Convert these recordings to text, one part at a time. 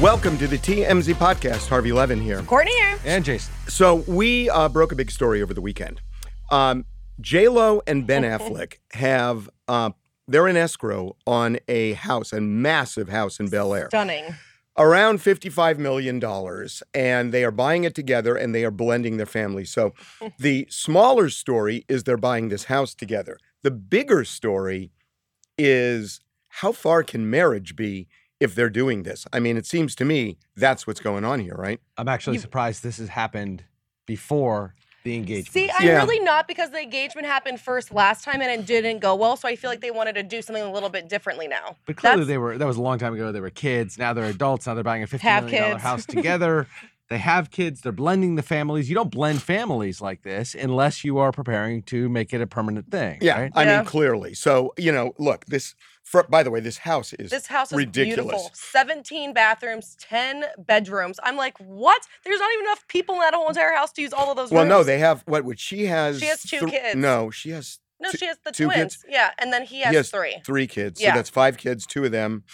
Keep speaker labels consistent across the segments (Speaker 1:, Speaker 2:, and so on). Speaker 1: Welcome to the TMZ podcast. Harvey Levin here.
Speaker 2: Courtney here.
Speaker 3: And Jason.
Speaker 1: So we uh, broke a big story over the weekend. Um, J Lo and Ben Affleck have uh, they're in escrow on a house, a massive house in Bel Air,
Speaker 2: Stunning.
Speaker 1: around fifty-five million dollars, and they are buying it together, and they are blending their families. So
Speaker 2: Mm.
Speaker 1: the smaller story is they're buying this house together. The bigger story is how far can marriage be if they're doing this? I mean, it seems to me that's what's going on here, right?
Speaker 3: I'm actually surprised this has happened before the engagement.
Speaker 2: See, I'm
Speaker 1: Yeah.
Speaker 2: really not because the engagement happened first last time and it didn't go well, so I feel like they wanted to do something a little bit differently now.
Speaker 3: but clearly
Speaker 2: that's-
Speaker 3: they were that was a long time ago. They were kids. Now they're adults. Now they're buying a fifty
Speaker 2: Have
Speaker 3: million dollar
Speaker 2: kids.
Speaker 3: house together. they have kids. They're blending the families. You don't blend families like this unless you are preparing to make it a permanent thing.
Speaker 1: Yeah,
Speaker 3: Right?
Speaker 1: I
Speaker 2: Yeah.
Speaker 1: mean clearly. So you know, look this. For, by the way, this house is
Speaker 2: This house is
Speaker 1: ridiculous.
Speaker 2: beautiful. 17 bathrooms, 10 bedrooms. I'm like, what? There's not even enough people in that whole entire house to use all of those
Speaker 1: Well,
Speaker 2: rooms.
Speaker 1: no, they have what? Would she has?
Speaker 2: She has two
Speaker 1: thr-
Speaker 2: kids.
Speaker 1: No, she has
Speaker 2: No,
Speaker 1: two-
Speaker 2: she has the
Speaker 1: two
Speaker 2: twins.
Speaker 1: kids.
Speaker 2: Yeah, and then he has,
Speaker 1: He has
Speaker 2: three.
Speaker 1: three kids.
Speaker 2: Yeah.
Speaker 1: So that's five kids. Two of them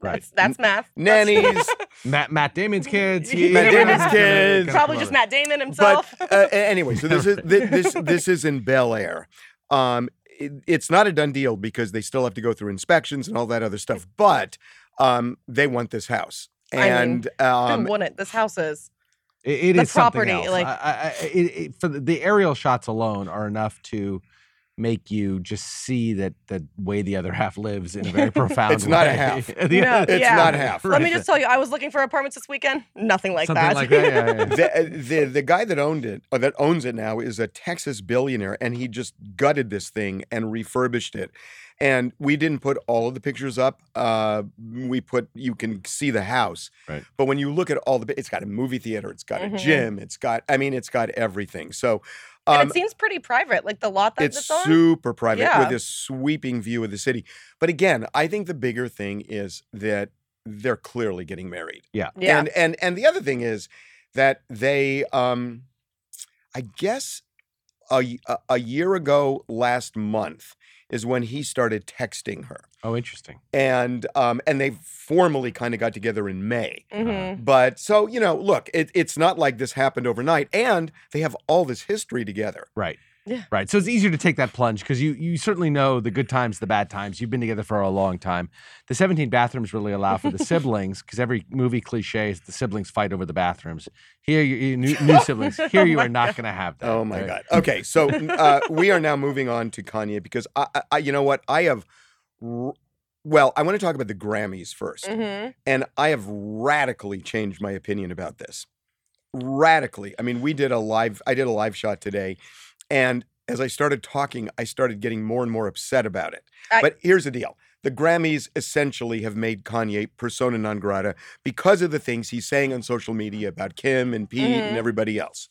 Speaker 3: Right.
Speaker 2: That's, that's math. That's-
Speaker 1: nannies.
Speaker 3: Matt Matt Damon's kids.
Speaker 2: Matt Damon's
Speaker 1: kids.
Speaker 2: Probably just Matt Damon
Speaker 1: but
Speaker 2: himself.
Speaker 1: uh, a- anyway, so this is thi- this this is in Bel Air. Um, it, it's not a done deal because they still have to go through inspections and all that other stuff. But um, they want this house,
Speaker 2: I mean,
Speaker 1: and um,
Speaker 2: Who wouldn't? This house is.
Speaker 3: It, it
Speaker 2: The
Speaker 3: is something
Speaker 2: property,
Speaker 3: else.
Speaker 2: like-
Speaker 3: I, I, I- it, it, for the, the aerial shots alone are enough to make you just see that the way the other half lives in a very profound.
Speaker 1: It's not a
Speaker 3: way.
Speaker 1: half.
Speaker 3: The-
Speaker 2: No,
Speaker 1: it's
Speaker 2: yeah.
Speaker 1: not half.
Speaker 2: Let me just tell you, I was looking for apartments this weekend. Nothing like
Speaker 3: something
Speaker 2: that.
Speaker 3: like that. yeah, yeah, yeah.
Speaker 1: the, uh, the the guy that owned it or that owns it now is a Texas billionaire, and he just gutted this thing and refurbished it. And we didn't put all of the pictures up. Uh, we put you can see the house,
Speaker 3: Right.
Speaker 1: but when you look at all the, bi- it's got a movie theater, it's got a
Speaker 2: Mhm.
Speaker 1: gym, it's got I mean, it's got everything. So.
Speaker 2: and
Speaker 1: Um,
Speaker 2: it seems pretty private, like the lot that
Speaker 1: it's
Speaker 2: it's, on.
Speaker 1: super private
Speaker 2: Yeah.
Speaker 1: with this sweeping view of the city. But again, I think the bigger thing is that they're clearly getting married.
Speaker 2: yeah,
Speaker 1: And and and the other thing is that they um I guess a y- a- a year ago last month is when he started texting her.
Speaker 3: Oh, interesting.
Speaker 1: And um and they formally kind of got together in May.
Speaker 2: Mhm.
Speaker 1: But so, you know, look, it, it's not like this happened overnight and they have all this history together.
Speaker 3: Right.
Speaker 2: Yeah.
Speaker 3: Right. So it's easier to take that plunge because you you certainly know the good times, the bad times. You've been together for a long time. The 17 bathrooms really allow for the siblings because every movie cliche is the siblings fight over the bathrooms. Here, you, you new, new siblings.
Speaker 2: Oh
Speaker 3: Here, you are not going to have that.
Speaker 1: Oh my
Speaker 3: right?
Speaker 1: God. Okay, so uh, we are now moving on to Kanye because I, I, I you know what, I have, r- well, I want to talk about the Grammys 1st
Speaker 2: Mhm.
Speaker 1: and I have radically changed my opinion about this. Radically. I mean, we did a live. I did a live shot today, and as I started talking, I started getting more and more upset about it.
Speaker 2: I-
Speaker 1: but here's the deal. The Grammys essentially have made Kanye persona non grata because of the things he's saying on social media about Kim and Pete and
Speaker 2: Mhm.
Speaker 1: everybody else.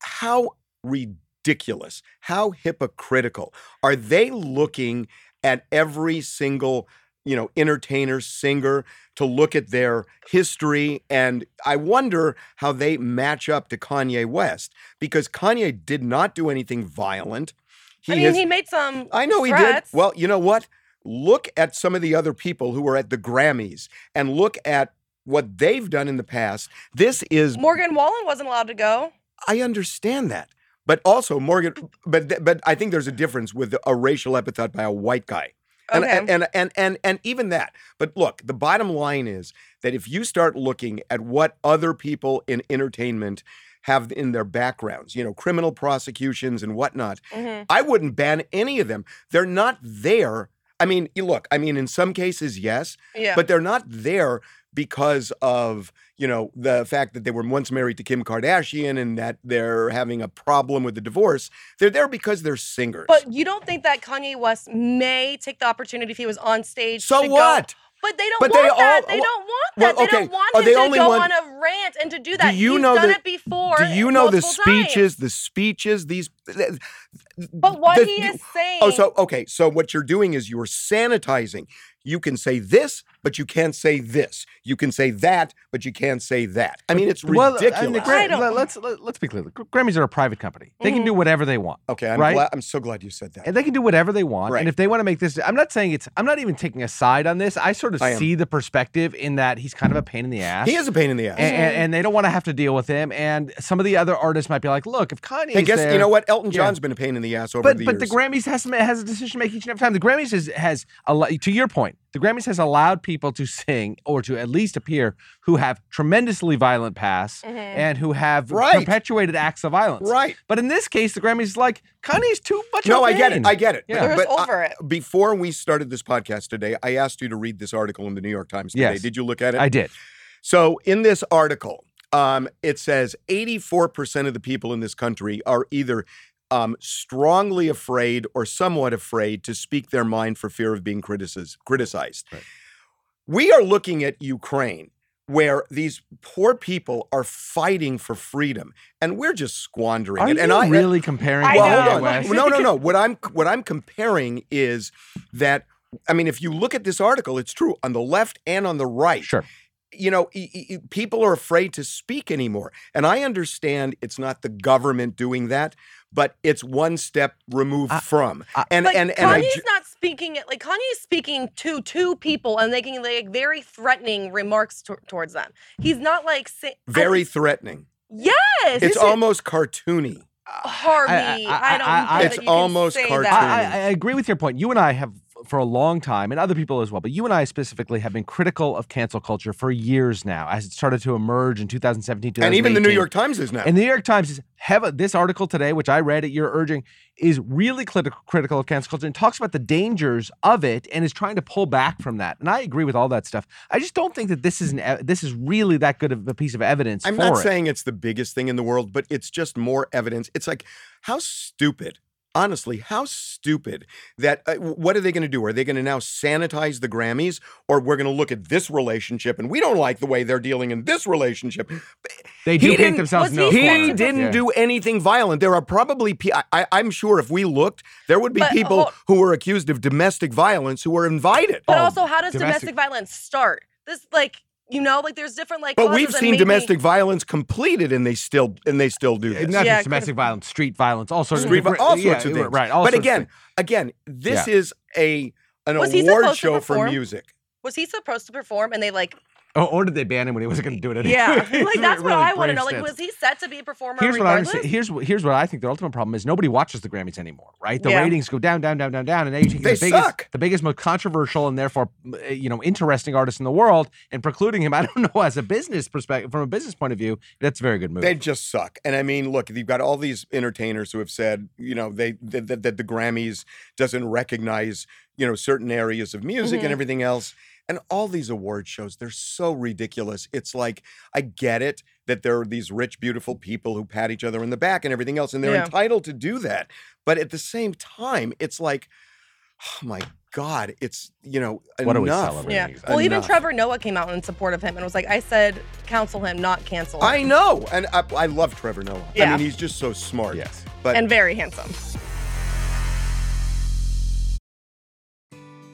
Speaker 1: How ridiculous, how hypocritical are they looking at every single, you know, entertainer, singer to look at their history and I wonder how they match up to Kanye West because Kanye did not do anything violent. He
Speaker 2: I mean,
Speaker 1: has-
Speaker 2: he made some.
Speaker 1: I know he did.
Speaker 2: threats.
Speaker 1: Well, you know what? Look at some of the other people who were at the Grammys and look at what they've done in the past. This is
Speaker 2: Morgan Wallen wasn't allowed to go.
Speaker 1: I understand that. But also Morgan but th- but I think there's a difference with a racial epithet by a white guy. And,
Speaker 2: Okay.
Speaker 1: and, and and and and even that. But look, the bottom line is that if you start looking at what other people in entertainment have in their backgrounds, you know, criminal prosecutions and whatnot,
Speaker 2: Mhm.
Speaker 1: I wouldn't ban any of them. They're not there. I mean, you look, I mean, in some cases, yes,
Speaker 2: Yeah.
Speaker 1: but they're not there because of, you know, the fact that they were once married to Kim Kardashian and that they're having a problem with the divorce. They're there because they're singers.
Speaker 2: But you don't think that Kanye West may take the opportunity if he was on stage?
Speaker 1: so
Speaker 2: to go-
Speaker 1: what?
Speaker 2: But they don't
Speaker 1: But they
Speaker 2: want that.
Speaker 1: all-
Speaker 2: they
Speaker 1: wha-
Speaker 2: don't want
Speaker 1: Well,
Speaker 2: that. They
Speaker 1: okay.
Speaker 2: don't want
Speaker 1: Are
Speaker 2: him
Speaker 1: they
Speaker 2: to
Speaker 1: only
Speaker 2: go
Speaker 1: one-
Speaker 2: on a rant and to do that.
Speaker 1: you
Speaker 2: He's
Speaker 1: know
Speaker 2: done
Speaker 1: that-
Speaker 2: it before.
Speaker 1: Do you know the
Speaker 2: multiple times.
Speaker 1: speeches? The speeches. These.
Speaker 2: But what
Speaker 1: the-
Speaker 2: he is saying.
Speaker 1: Oh, so okay. So what you're doing is you're sanitizing. You can say this, but you can't say this. You can say that, but you can't say that. I mean, it's
Speaker 3: Well,
Speaker 1: ridiculous.
Speaker 3: and the
Speaker 2: I
Speaker 3: Gra-
Speaker 2: don't- Mm-hmm.
Speaker 3: let, let's let, us let us be clear. The Gr- Grammys are a private company. They can do whatever they want.
Speaker 1: okay, I'm,
Speaker 3: right?
Speaker 1: glad, I'm so glad you said that.
Speaker 3: And they can do whatever they want.
Speaker 1: Right.
Speaker 3: And if they want to make this, I'm not saying it's. I'm not even taking a side on this. I sort of
Speaker 1: I am.
Speaker 3: see the perspective in that he's kind of a pain in the ass.
Speaker 1: he is a pain in the ass.
Speaker 3: A- a- and, they don't want to have to deal with him. And some of the other artists might be like, "Look, if Kanye,
Speaker 1: I guess you know what? Elton
Speaker 3: Yeah.
Speaker 1: John's been a pain in the ass over
Speaker 3: But
Speaker 1: the
Speaker 3: but
Speaker 1: years.
Speaker 3: the Grammys has to ma- has a decision to make each and every time. The Grammys has has al- to your point. The Grammys has allowed people to sing or to at least appear who have tremendously violent past and who have
Speaker 1: Right.
Speaker 3: perpetuated acts of violence.
Speaker 1: Right.
Speaker 3: But in this case, the Grammys is like Kanye's too much.
Speaker 1: no,
Speaker 3: of a
Speaker 1: I get it.
Speaker 3: pain."
Speaker 1: I get it.
Speaker 3: Yeah. They're
Speaker 2: just
Speaker 1: I-
Speaker 2: over it.
Speaker 1: Before we started this podcast today, I asked you to read this article in the New York Times today.
Speaker 3: Yes.
Speaker 1: Did you look at it?
Speaker 3: I did.
Speaker 1: So, in this article, um, it says 84% of the people in this country are either um, strongly afraid or somewhat afraid to speak their mind for fear of being criticis- criticized. We are looking at Ukraine, where these poor people are fighting for freedom, and we're just squandering
Speaker 3: Are
Speaker 1: it.
Speaker 3: you
Speaker 1: and I uh,
Speaker 3: really comparing?
Speaker 2: I
Speaker 3: Kanye
Speaker 1: well, hold on.
Speaker 3: West?
Speaker 1: No, no, no. What I'm what I'm comparing is that I mean, if you look at this article, it's true on the left and on the right
Speaker 3: Sure.
Speaker 1: you know, e- e- e- people are afraid to speak anymore. And I understand it's not the government doing that, but it's one step removed from. and
Speaker 2: But
Speaker 1: and and I
Speaker 2: Kanye's
Speaker 1: ju-
Speaker 2: not speaking it like Kanye's speaking to two people and making like very threatening remarks to- towards them. He's not like say, I-
Speaker 1: very threatening.
Speaker 2: yes.
Speaker 1: It's almost cartoony.
Speaker 2: Harvey. I,
Speaker 3: I- I-
Speaker 2: don't.
Speaker 3: I-
Speaker 2: know
Speaker 3: I-
Speaker 2: that
Speaker 1: It's
Speaker 2: you can
Speaker 1: almost
Speaker 2: say
Speaker 1: cartoon.
Speaker 2: that.
Speaker 3: I, I, I agree with your point. You and I have, for a long time, and other people as well, but you and I specifically have been critical of cancel culture for years now, as it started to emerge in 2017.
Speaker 1: And even the New
Speaker 3: 2018.
Speaker 1: York Times is now.
Speaker 3: And the New York Times is have this article today, which I read at your urging, is really criti- critical of cancel culture and talks about the dangers of it and is trying to pull back from that. And I agree with all that stuff. I just don't think that this is an ev- this is really that good of a piece of evidence.
Speaker 1: I'm
Speaker 3: for
Speaker 1: not
Speaker 3: it.
Speaker 1: saying it's the biggest thing in the world, but it's just more evidence. It's like, how stupid, honestly, how stupid that uh, w- what are they going to do? Are they going to now sanitize the Grammys or we're going to look at this relationship and we don't like the way they're dealing in this relationship?
Speaker 3: they do
Speaker 1: He
Speaker 3: paint
Speaker 1: didn't-
Speaker 3: themselves
Speaker 2: was
Speaker 3: no
Speaker 2: he
Speaker 3: corner.
Speaker 1: He didn't
Speaker 3: Yeah.
Speaker 1: do anything violent. There are probably, pe- I, I, I'm sure if we looked, there would be
Speaker 2: But,
Speaker 1: people
Speaker 2: hold-
Speaker 1: who were accused of domestic violence who were invited.
Speaker 2: But
Speaker 3: Oh,
Speaker 2: also, how does
Speaker 3: domestic-
Speaker 2: domestic, violence start? This like you know like there's different like.
Speaker 1: But
Speaker 2: causes
Speaker 1: we've
Speaker 2: and
Speaker 1: seen
Speaker 2: maybe-
Speaker 1: domestic violence completed, and they still and they still do this.
Speaker 3: not
Speaker 2: Yeah,
Speaker 3: just domestic violence, street violence, all sorts
Speaker 1: Street
Speaker 3: of different-
Speaker 1: vi- all sorts
Speaker 3: yeah,
Speaker 1: of things.
Speaker 3: Right. all
Speaker 1: but
Speaker 3: sorts of
Speaker 1: again,
Speaker 3: things.
Speaker 1: again, this is a an
Speaker 2: Was he
Speaker 1: award
Speaker 2: supposed to
Speaker 1: show for
Speaker 2: perform?
Speaker 1: music.
Speaker 2: Was he supposed to perform and they like?
Speaker 3: or, or did Oh, they ban him when he wasn't going to do it anyway?
Speaker 2: Yeah, like
Speaker 3: It's
Speaker 2: that's what
Speaker 3: really
Speaker 2: I want to
Speaker 3: brave
Speaker 2: know. Like,
Speaker 3: stance.
Speaker 2: was he set to be a performer
Speaker 3: Here's what I
Speaker 2: regardless?
Speaker 3: understand. Here's what here's what I think the ultimate problem is. Nobody watches the Grammys anymore, right? The
Speaker 2: Yeah.
Speaker 3: ratings go down, down, down, down, down, and now you're taking
Speaker 1: They
Speaker 3: the biggest,
Speaker 1: suck.
Speaker 3: the biggest, most controversial, and therefore, uh, you know, interesting artist in the world, and precluding him. I don't know as a business perspective, from a business point of view, that's a very good move.
Speaker 1: They just suck. And I mean, look, you've got all these entertainers who have said, you know, they that, that, that the Grammys doesn't recognize, you know, certain areas of music
Speaker 2: Mm-hmm.
Speaker 1: and everything else. And all these award shows, they're so ridiculous. It's like I get it that there are these rich, beautiful people who pat each other in the back and everything else, and they're
Speaker 2: Yeah.
Speaker 1: entitled to do that. But at the same time, it's like, oh my God, it's you know
Speaker 3: What are we
Speaker 1: enough.
Speaker 3: celebrating?
Speaker 2: yeah.
Speaker 3: Enough.
Speaker 2: Well, even Trevor Noah came out in support of him and was like, "I said counsel him, not cancel." Him.
Speaker 1: I know, and I, I love Trevor Noah. I
Speaker 2: Yeah.
Speaker 1: mean, he's just so smart.
Speaker 3: Yes.
Speaker 1: but
Speaker 2: and very handsome.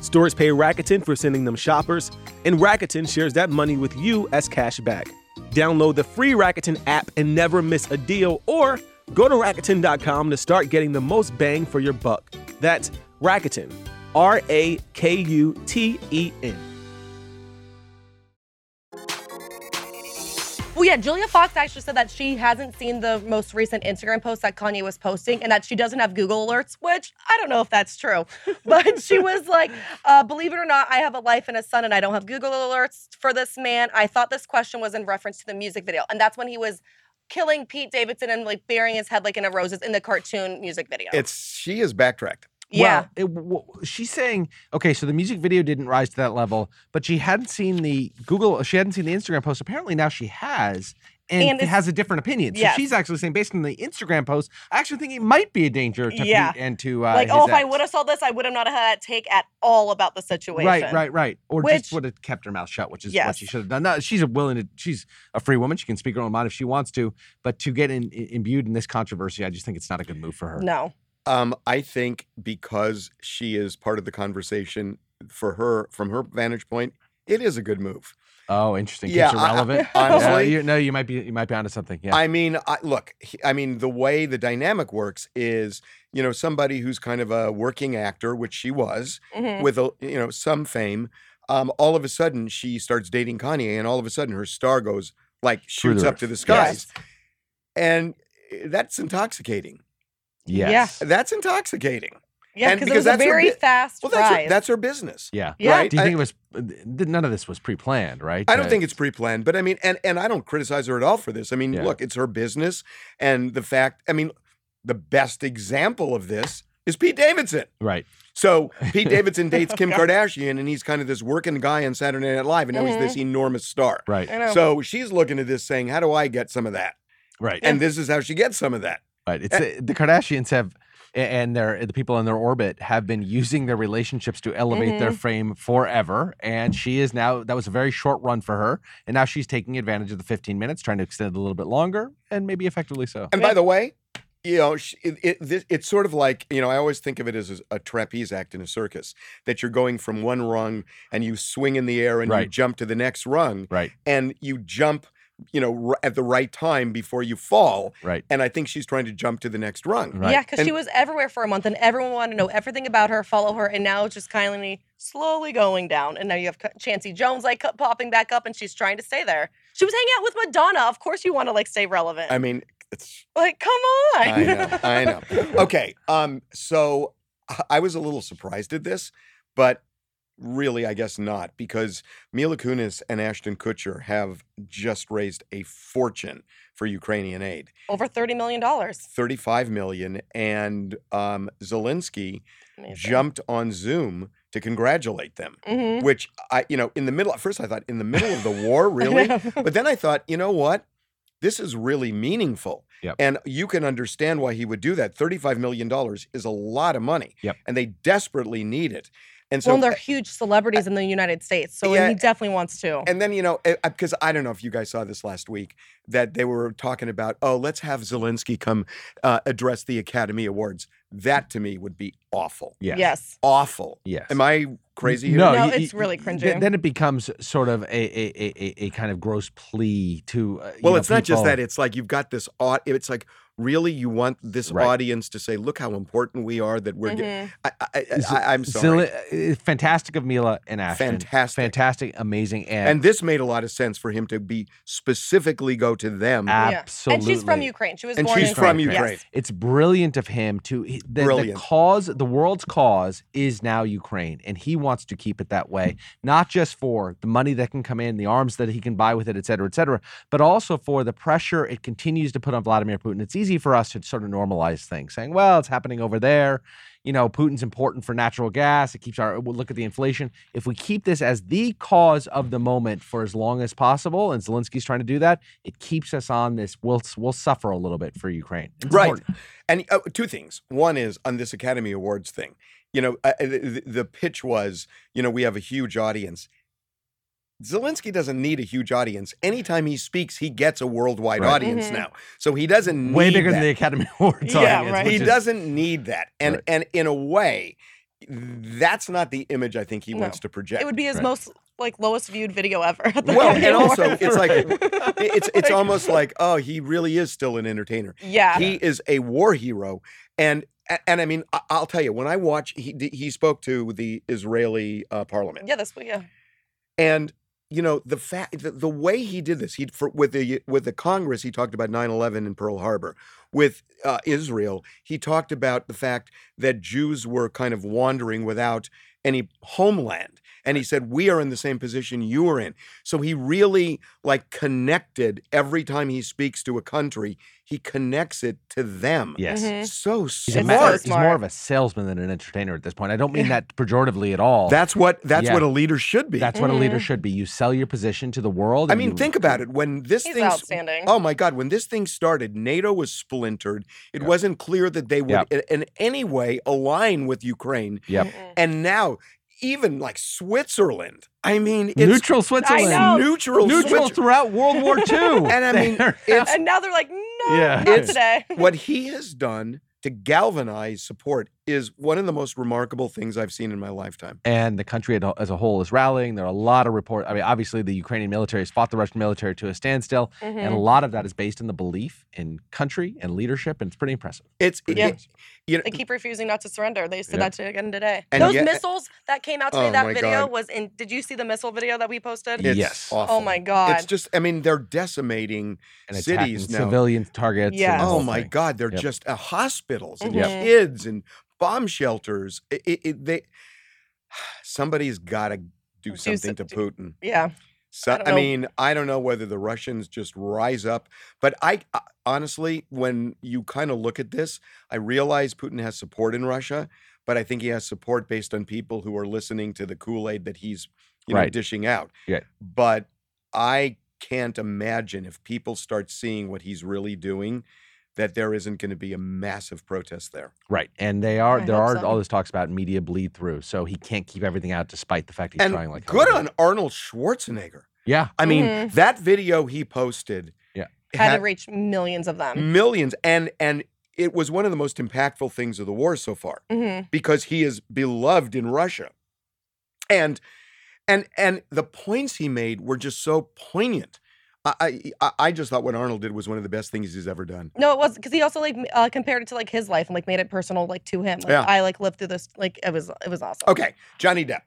Speaker 4: stores pay Rakuten for sending them shoppers, and Rakuten shares that money with you as cash back. Download the free Rakuten app and never miss a deal, or go to Rakuten.com to start getting the most bang for your buck. That's Rakuten, R A K U T E N.
Speaker 2: Well, yeah, Julia Fox actually said that she hasn't seen the most recent Instagram post that Kanye was posting and that she doesn't have Google alerts, which I don't know if that's true. But she was like, uh, believe it or not, I have a life and a son and I don't have Google alerts for this man. I thought this question was in reference to the music video. And that's when he was killing Pete Davidson and like burying his head like in a roses in the cartoon music video.
Speaker 1: It's she is backtracked.
Speaker 2: yeah.
Speaker 3: Well, it, w- w- she's saying, okay, so the music video didn't rise to that level, but she hadn't seen the Google, she hadn't seen the Instagram post. Apparently now she has, and,
Speaker 2: And
Speaker 3: it
Speaker 2: it's-
Speaker 3: has a different opinion. So
Speaker 2: Yes.
Speaker 3: she's actually saying, based on the Instagram post, I actually think it might be a danger to
Speaker 2: Yeah.
Speaker 3: Pete and to uh,
Speaker 2: like,
Speaker 3: his
Speaker 2: oh, if I
Speaker 3: ex.
Speaker 2: would have saw this, I would have not had that take at all about the situation.
Speaker 3: Right, right, right. Or
Speaker 2: Which-
Speaker 3: just would have kept her mouth shut, which is what
Speaker 2: Yes.
Speaker 3: she should have done. No, she's a willing to, she's a free woman. She can speak her own mind if she wants to, but to get in, i- imbued in this controversy, I just think it's not a good move for her.
Speaker 2: No.
Speaker 1: Um, I think because she is part of the conversation for her from her vantage point, it is a good move.
Speaker 3: Oh, interesting.
Speaker 1: Yeah,
Speaker 3: Keeps her
Speaker 1: I- I-
Speaker 3: relevant.
Speaker 1: honestly-
Speaker 3: Uh, you- no, you might be you might be onto something. Yeah.
Speaker 1: I mean, I, look, he- I mean, the way the dynamic works is, you know, somebody who's kind of a working actor, which she was,
Speaker 3: Mm-hmm.
Speaker 2: Mhm.
Speaker 1: with a, you know some fame. Um, all of a sudden, she starts dating Kanye, and all of a sudden, her star goes like
Speaker 3: Through the
Speaker 1: shoots up
Speaker 3: roof.
Speaker 1: to the
Speaker 3: Yes.
Speaker 1: skies, and eh, that's intoxicating.
Speaker 3: yes.
Speaker 1: That's intoxicating.
Speaker 2: Yeah,
Speaker 1: And
Speaker 2: because it
Speaker 1: because
Speaker 2: was a
Speaker 1: that's her
Speaker 2: very
Speaker 1: bi-
Speaker 2: fast
Speaker 1: Well, that's her,
Speaker 2: rise.
Speaker 1: that's her business.
Speaker 3: Yeah.
Speaker 2: Yeah.
Speaker 1: Right?
Speaker 3: Do you
Speaker 1: I-
Speaker 3: think it was th- none of this was pre-planned, right?
Speaker 1: I don't
Speaker 3: Uh,
Speaker 1: think it's pre-planned, but I mean, and and I don't criticize her at all for this. I mean,
Speaker 3: Yeah.
Speaker 1: look, it's her business, and the fact, I mean, the best example of this is Pete Davidson.
Speaker 3: right.
Speaker 1: So Pete Davidson dates Kim Kardashian, and he's kind of this working guy on Saturday Night Live, and now he's this enormous star.
Speaker 3: Mm-hmm. Right.
Speaker 2: I know.
Speaker 1: So she's looking at this saying, "How do I get some of that?"
Speaker 3: Right.
Speaker 1: And this is how she gets some of that.
Speaker 3: Right. It's uh, the Kardashians have a- and their the people in their orbit have been using their relationships to elevate
Speaker 2: Mm-hmm.
Speaker 3: their fame forever. And she is now that was a very short run for her, and now she's taking advantage of the 15 minutes, trying to extend it a little bit longer, and maybe effectively so.
Speaker 1: And by the way, you know, sh- it, it, this, it's sort of like you know. I always think of it as a trapeze act in a circus that you're going from one rung and you swing in the air and you
Speaker 3: Right.
Speaker 1: jump to the next rung
Speaker 3: Right.
Speaker 1: and you jump, you know, r- at the right time before you fall.
Speaker 3: Right.
Speaker 1: And I think she's trying to jump to the next rung.
Speaker 3: Right.
Speaker 2: Yeah, because she
Speaker 1: And-
Speaker 2: was everywhere for a month, and everyone wanted to know everything about her, follow her, and now it's just kindly slowly going down. And now you have K- Chancey Jones like co- popping back up, and she's trying to stay there. She was hanging out with Madonna. Of course, you want to like stay relevant.
Speaker 1: I mean, it's
Speaker 2: like, come on.
Speaker 1: I know, I know. Okay, um, so I- I was a little surprised at this, but really, I guess not because Mila Kunis and Ashton Kutcher have just raised a fortune for Ukrainian aid.
Speaker 2: Over thirty million dollars.
Speaker 1: 35 million and um, Zelensky jumped on Zoom to congratulate them,
Speaker 2: Mm-hmm.
Speaker 1: which I, you know, in the middle, at first I thought, in the middle of the war, really? but then I thought, you know what? This is really meaningful.
Speaker 3: Yep.
Speaker 1: And you can understand why he would do that. $35 million is a lot of money.
Speaker 3: Yep.
Speaker 1: And they desperately need it. And so,
Speaker 2: well, and they're huge celebrities in the United States, so
Speaker 1: Yeah.
Speaker 2: he definitely wants to.
Speaker 1: and then, you know, because I don't know if you guys saw this last week, that they were talking about, oh, let's have Zelensky come uh, address the Academy Awards. That to me would be awful.
Speaker 3: Yes.
Speaker 2: yes.
Speaker 1: Awful.
Speaker 3: Yes.
Speaker 1: Am I crazy here?
Speaker 3: No,
Speaker 2: No,
Speaker 3: you-
Speaker 2: it's
Speaker 3: you-
Speaker 2: really
Speaker 3: you-
Speaker 2: cringy.
Speaker 3: Then, then it becomes sort of a a, a, a- a kind of gross plea to. Uh, you
Speaker 1: Well,
Speaker 3: know,
Speaker 1: it's not just
Speaker 3: people-
Speaker 1: that. It's like you've got this. Au- it's like really, you want this
Speaker 3: Right.
Speaker 1: audience to say, "Look how important we are." That we're. Get-
Speaker 2: Mhm.
Speaker 1: I, I,
Speaker 3: Z-
Speaker 1: I, I'm sorry.
Speaker 3: Zilla- uh, fantastic of Mila and Ashton.
Speaker 1: Fantastic.
Speaker 3: fantastic, amazing, and,
Speaker 1: and this made a lot of sense for him to be specifically go to them.
Speaker 3: Ah,
Speaker 2: Yeah.
Speaker 3: absolutely.
Speaker 2: And she's from Ukraine. She was
Speaker 1: And
Speaker 2: born
Speaker 1: she's
Speaker 2: in
Speaker 1: from
Speaker 2: Ukraine.
Speaker 1: Ukraine.
Speaker 2: Yes.
Speaker 3: It's brilliant of him to he- the, the
Speaker 1: Brilliant.
Speaker 3: cause. The world's cause is now Ukraine, and he wants to keep it that way. Not just for the money that can come in, the arms that he can buy with it, et cetera, et cetera, but also for the pressure it continues to put on Vladimir Putin. It's easy for us to sort of normalize things, saying, "Well, it's happening over there." You know, Putin's important for natural gas. It keeps our well, look at the inflation. If we keep this as the cause of the moment for as long as possible, and Zelensky's trying to do that, it keeps us on this. We'll we'll suffer a little bit for Ukraine. It's
Speaker 1: Right.
Speaker 3: important.
Speaker 1: And uh, two things. One is on this Academy Awards thing. You know, uh, the, the pitch was, you know, we have a huge audience. Zelensky doesn't need a huge audience. Anytime he speaks, he gets a worldwide
Speaker 3: Right.
Speaker 1: audience now. So he doesn't
Speaker 3: way
Speaker 1: need
Speaker 3: bigger
Speaker 1: that.
Speaker 3: than the Academy Awards.
Speaker 2: Mm-hmm. Yeah,
Speaker 3: audience,
Speaker 2: right.
Speaker 3: which
Speaker 1: he
Speaker 3: is-
Speaker 1: doesn't need that and
Speaker 3: Right.
Speaker 1: and in a way that's not the image i think he
Speaker 2: No.
Speaker 1: wants to project
Speaker 2: It would be his
Speaker 3: Right.
Speaker 2: most like lowest viewed video ever. at the
Speaker 1: well
Speaker 2: Academy
Speaker 1: and also
Speaker 2: Awards.
Speaker 1: it's like it's it's almost like oh he really is still an entertainer
Speaker 2: yeah.
Speaker 1: he is a war hero and and i mean I- i'll tell you when i watch he he spoke to the israeli uh, parliament
Speaker 2: yeah, this yeah.
Speaker 1: and you know the fact the, the way he did this he for, with the with the congress he talked about 9-11 and pearl harbor with uh, israel he talked about the fact that jews were kind of wandering without any homeland and he said we are in the same position you are in so he really like connected every time he speaks to a country he connects it to them
Speaker 3: Yes.
Speaker 2: Mhm.
Speaker 1: so
Speaker 3: He's,
Speaker 1: smart.
Speaker 3: a ma-
Speaker 2: so
Speaker 3: Eh. he's more of a salesman than an entertainer at this point. I don't mean that pejoratively at all.
Speaker 1: that's what that's
Speaker 3: Yeah.
Speaker 1: what a leader should be
Speaker 3: That's what a leader should be. You sell your position to the world.
Speaker 1: I
Speaker 3: and
Speaker 1: mean,
Speaker 3: you-
Speaker 1: think about it. When this
Speaker 2: He's
Speaker 1: thing,
Speaker 2: outstanding.
Speaker 1: oh my God, when this thing started, NATO was splintered. It
Speaker 3: Yeah.
Speaker 1: wasn't clear that they would,
Speaker 3: Yeah.
Speaker 1: in, in any way, align with Ukraine.
Speaker 3: Yep.
Speaker 1: And now, even like Switzerland, I mean, it's
Speaker 3: Neutral Switzerland.
Speaker 2: know.
Speaker 1: neutral,
Speaker 3: Neutral
Speaker 1: Switzer-
Speaker 3: throughout World War II.
Speaker 1: And I mean,
Speaker 3: They're-
Speaker 1: it's
Speaker 2: And now they're like, no,
Speaker 3: Yeah.
Speaker 2: not
Speaker 1: It's-
Speaker 2: today.
Speaker 1: what he has done to galvanize support is one of the most remarkable things I've seen in my lifetime.
Speaker 3: and the country at- as a whole is rallying. There are a lot of report. I mean, obviously, the Ukrainian military has fought the Russian military to a standstill,
Speaker 2: Mm-hmm.
Speaker 3: and a lot of that is based in the belief in country and leadership, and it's pretty impressive.
Speaker 1: It's
Speaker 2: Yeah.
Speaker 1: it- you know,
Speaker 2: They keep refusing not to surrender. They said
Speaker 3: Yeah.
Speaker 2: that to again today.
Speaker 1: And
Speaker 2: Those
Speaker 1: yet-
Speaker 2: missiles that came out today,
Speaker 1: Oh my
Speaker 2: that video
Speaker 1: God.
Speaker 2: was in. Did you see the missile video that we posted?
Speaker 1: it's
Speaker 3: Yes.
Speaker 1: awful.
Speaker 2: Oh my God.
Speaker 1: It's just, I mean, they're decimating
Speaker 3: And attacking
Speaker 1: cities now.
Speaker 3: civilian targets. and
Speaker 2: Yeah. Mm-hmm.
Speaker 3: the
Speaker 1: Oh
Speaker 3: whole
Speaker 1: my
Speaker 3: thing.
Speaker 1: God, they're
Speaker 3: Yep.
Speaker 1: just uh, hospitals and
Speaker 2: Yep.
Speaker 1: kids and bomb shelters. I- I- I- they, somebody's got to do
Speaker 2: Do
Speaker 1: something to
Speaker 2: some-
Speaker 1: Putin.
Speaker 2: yeah.
Speaker 1: So,
Speaker 2: I
Speaker 1: I,
Speaker 2: don't know.
Speaker 1: mean, I don't know whether the Russians just rise up, but I I- honestly, when you kind of look at this, I realize Putin has support in Russia, but I think he has support based on people who are listening to the Kool Aid that he's you know,
Speaker 3: Right.
Speaker 1: dishing out.
Speaker 3: Yeah.
Speaker 1: But I can't imagine if people start seeing what he's really doing, that there isn't going to be a massive protest there.
Speaker 3: Right, and they are
Speaker 2: I
Speaker 3: there
Speaker 2: hope
Speaker 3: are
Speaker 2: so.
Speaker 3: all this talks about media bleed through, so he can't keep everything out despite the fact he's
Speaker 1: and
Speaker 3: trying like hell
Speaker 1: good
Speaker 3: to do
Speaker 1: on
Speaker 3: it.
Speaker 1: Arnold Schwarzenegger.
Speaker 3: yeah.
Speaker 1: I mean,
Speaker 2: Mhm.
Speaker 1: that video he posted.
Speaker 3: Yeah.
Speaker 2: Had
Speaker 1: had- Mm.
Speaker 2: to reach millions of them.
Speaker 1: millions and and it was one of the most impactful things of the war so far
Speaker 2: hmm
Speaker 1: because he is beloved in Russia and and and the points he made were just so poignant I- I, I I just thought what Arnold did was one of the best things he's ever done.
Speaker 2: No, it was because he also like m- uh, compared it to like his life and like made it personal like to him. Like,
Speaker 1: Yeah.
Speaker 2: I like lived through this. Like it was it was awesome.
Speaker 1: Okay, Johnny Depp.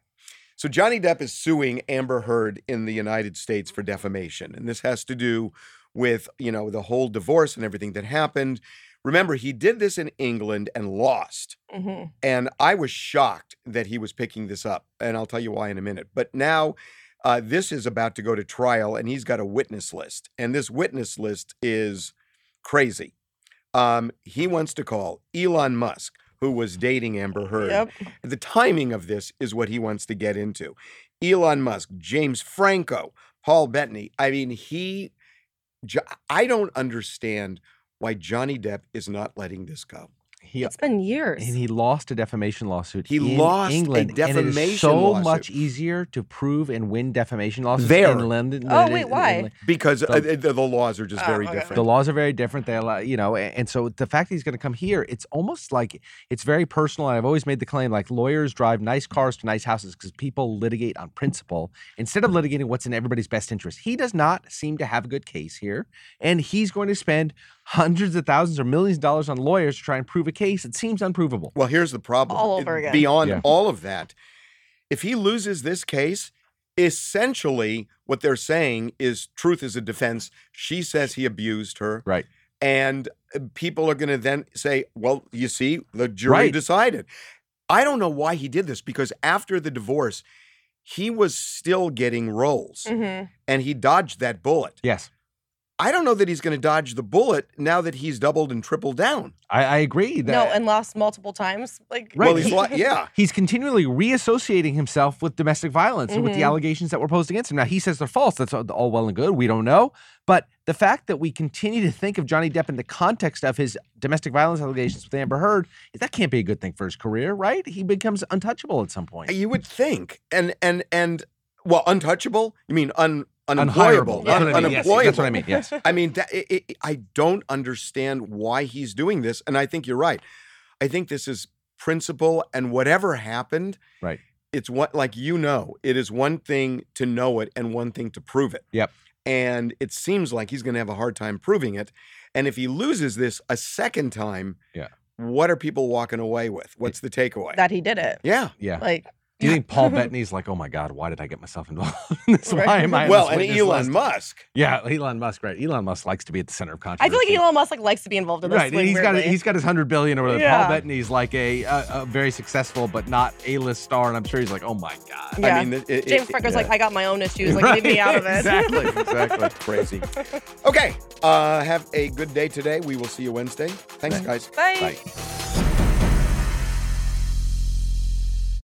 Speaker 1: So Johnny Depp is suing Amber Heard in the United States for defamation, and this has to do with you know the whole divorce and everything that happened. Remember, he did this in England and lost.
Speaker 2: hmm
Speaker 1: And I was shocked that he was picking this up. And I'll tell you why in a minute. But now uh, this is about to go to trial, and he's got a witness list. And this witness list is crazy. Um, he wants to call Elon Musk, who was dating Amber Heard.
Speaker 2: Yep.
Speaker 1: The timing of this is what he wants to get into. Elon Musk, James Franco, Paul Bettany. I mean, he, Jo- I don't understand why Johnny Depp is not letting this go.
Speaker 3: He
Speaker 2: It's been years.
Speaker 3: and he lost a defamation lawsuit.
Speaker 1: He
Speaker 3: in
Speaker 1: lost a
Speaker 3: England, and it
Speaker 1: defamation
Speaker 3: is so
Speaker 1: lawsuit.
Speaker 3: much easier to prove and win defamation lawsuits
Speaker 1: There.
Speaker 3: in London. than
Speaker 2: Oh,
Speaker 3: it is
Speaker 2: wait,
Speaker 3: in
Speaker 2: why?
Speaker 3: England.
Speaker 1: because uh,
Speaker 3: The-
Speaker 1: uh, the, the laws are just
Speaker 2: Oh,
Speaker 1: very
Speaker 2: okay.
Speaker 1: different.
Speaker 3: The laws are very different. They allow, you know, a- and so the fact that he's going to come here, it's almost like it's very personal. And I've always made the claim like lawyers drive nice cars to nice houses because people litigate on principle instead of litigating what's in everybody's best interest. He does not seem to have a good case here, and he's going to spend hundreds of thousands or millions of dollars on lawyers to try and prove a case. It seems unprovable.
Speaker 1: Well, here's the problem.
Speaker 2: All
Speaker 1: It-
Speaker 2: over again.
Speaker 1: Beyond
Speaker 3: Yeah.
Speaker 1: all of that, if he loses this case, essentially what they're saying is truth is a defense. She says he abused her.
Speaker 3: Right.
Speaker 1: And uh, people are going to then say, well, you see, the jury
Speaker 3: Right.
Speaker 1: decided. I don't know why he did this because after the divorce, he was still getting roles
Speaker 2: Mhm.
Speaker 1: and he dodged that bullet.
Speaker 3: Yes.
Speaker 1: I don't know that he's going to dodge the bullet now that he's doubled and tripled down.
Speaker 3: I, I agree that
Speaker 2: No, and lost multiple times. Like
Speaker 3: Right,
Speaker 1: Well, he's
Speaker 3: he-
Speaker 1: lo- yeah.
Speaker 3: he's continually reassociating himself with domestic violence and with the
Speaker 2: Mhm.
Speaker 3: allegations that were posed against him. Now he says they're false. That's all all well and good. We don't know, but the fact that we continue to think of Johnny Depp in the context of his domestic violence allegations with Amber Heard, that can't be a good thing for his career, right? He becomes untouchable at some point.
Speaker 1: You would think, and and and well, untouchable. You mean un unemployable?
Speaker 3: Unhireable. That's
Speaker 1: un-
Speaker 3: what I mean. Yes,
Speaker 1: unemployable.
Speaker 3: that's what I mean. Yes.
Speaker 1: I mean, that, it, it, I don't understand why he's doing this, and I think you're right. I think this is principle, and whatever happened,
Speaker 3: Right.
Speaker 1: It's what like you know, it is one thing to know it and one thing to prove it.
Speaker 3: Yep.
Speaker 1: And it seems like he's going to have a hard time proving it, and if he loses this a second time,
Speaker 3: Yeah.
Speaker 1: what are people walking away with? What's the takeaway?
Speaker 2: that he did it.
Speaker 1: yeah.
Speaker 3: Yeah.
Speaker 2: Like
Speaker 3: Do you think Paul Bettany's like, oh my God, why did I get myself involved in this? Why am I? on
Speaker 1: well,
Speaker 3: this
Speaker 1: and
Speaker 3: witness
Speaker 1: Elon
Speaker 3: list?
Speaker 1: Musk.
Speaker 3: Yeah, Elon Musk, right? Elon Musk likes to be at the center of
Speaker 2: I
Speaker 3: controversy.
Speaker 2: feel like Elon Musk like likes to be involved in this.
Speaker 3: Right,
Speaker 2: like,
Speaker 3: he's got
Speaker 2: weirdly.
Speaker 3: he's got his hundred billion or whatever.
Speaker 2: Yeah.
Speaker 3: Paul Bettany's like a, a, a very successful but not a list star, and I'm sure he's like, oh my god,
Speaker 2: Yeah.
Speaker 1: I mean, it, it,
Speaker 2: James
Speaker 1: it-
Speaker 2: Franco's
Speaker 1: yeah.
Speaker 2: like, I got my own issues. Like,
Speaker 3: Right,
Speaker 2: leave me out of it.
Speaker 3: Exactly, exactly.
Speaker 1: crazy. Okay, uh, have a good day today. We will see you Wednesday. Thanks, guys.
Speaker 2: Bye.
Speaker 1: Bye.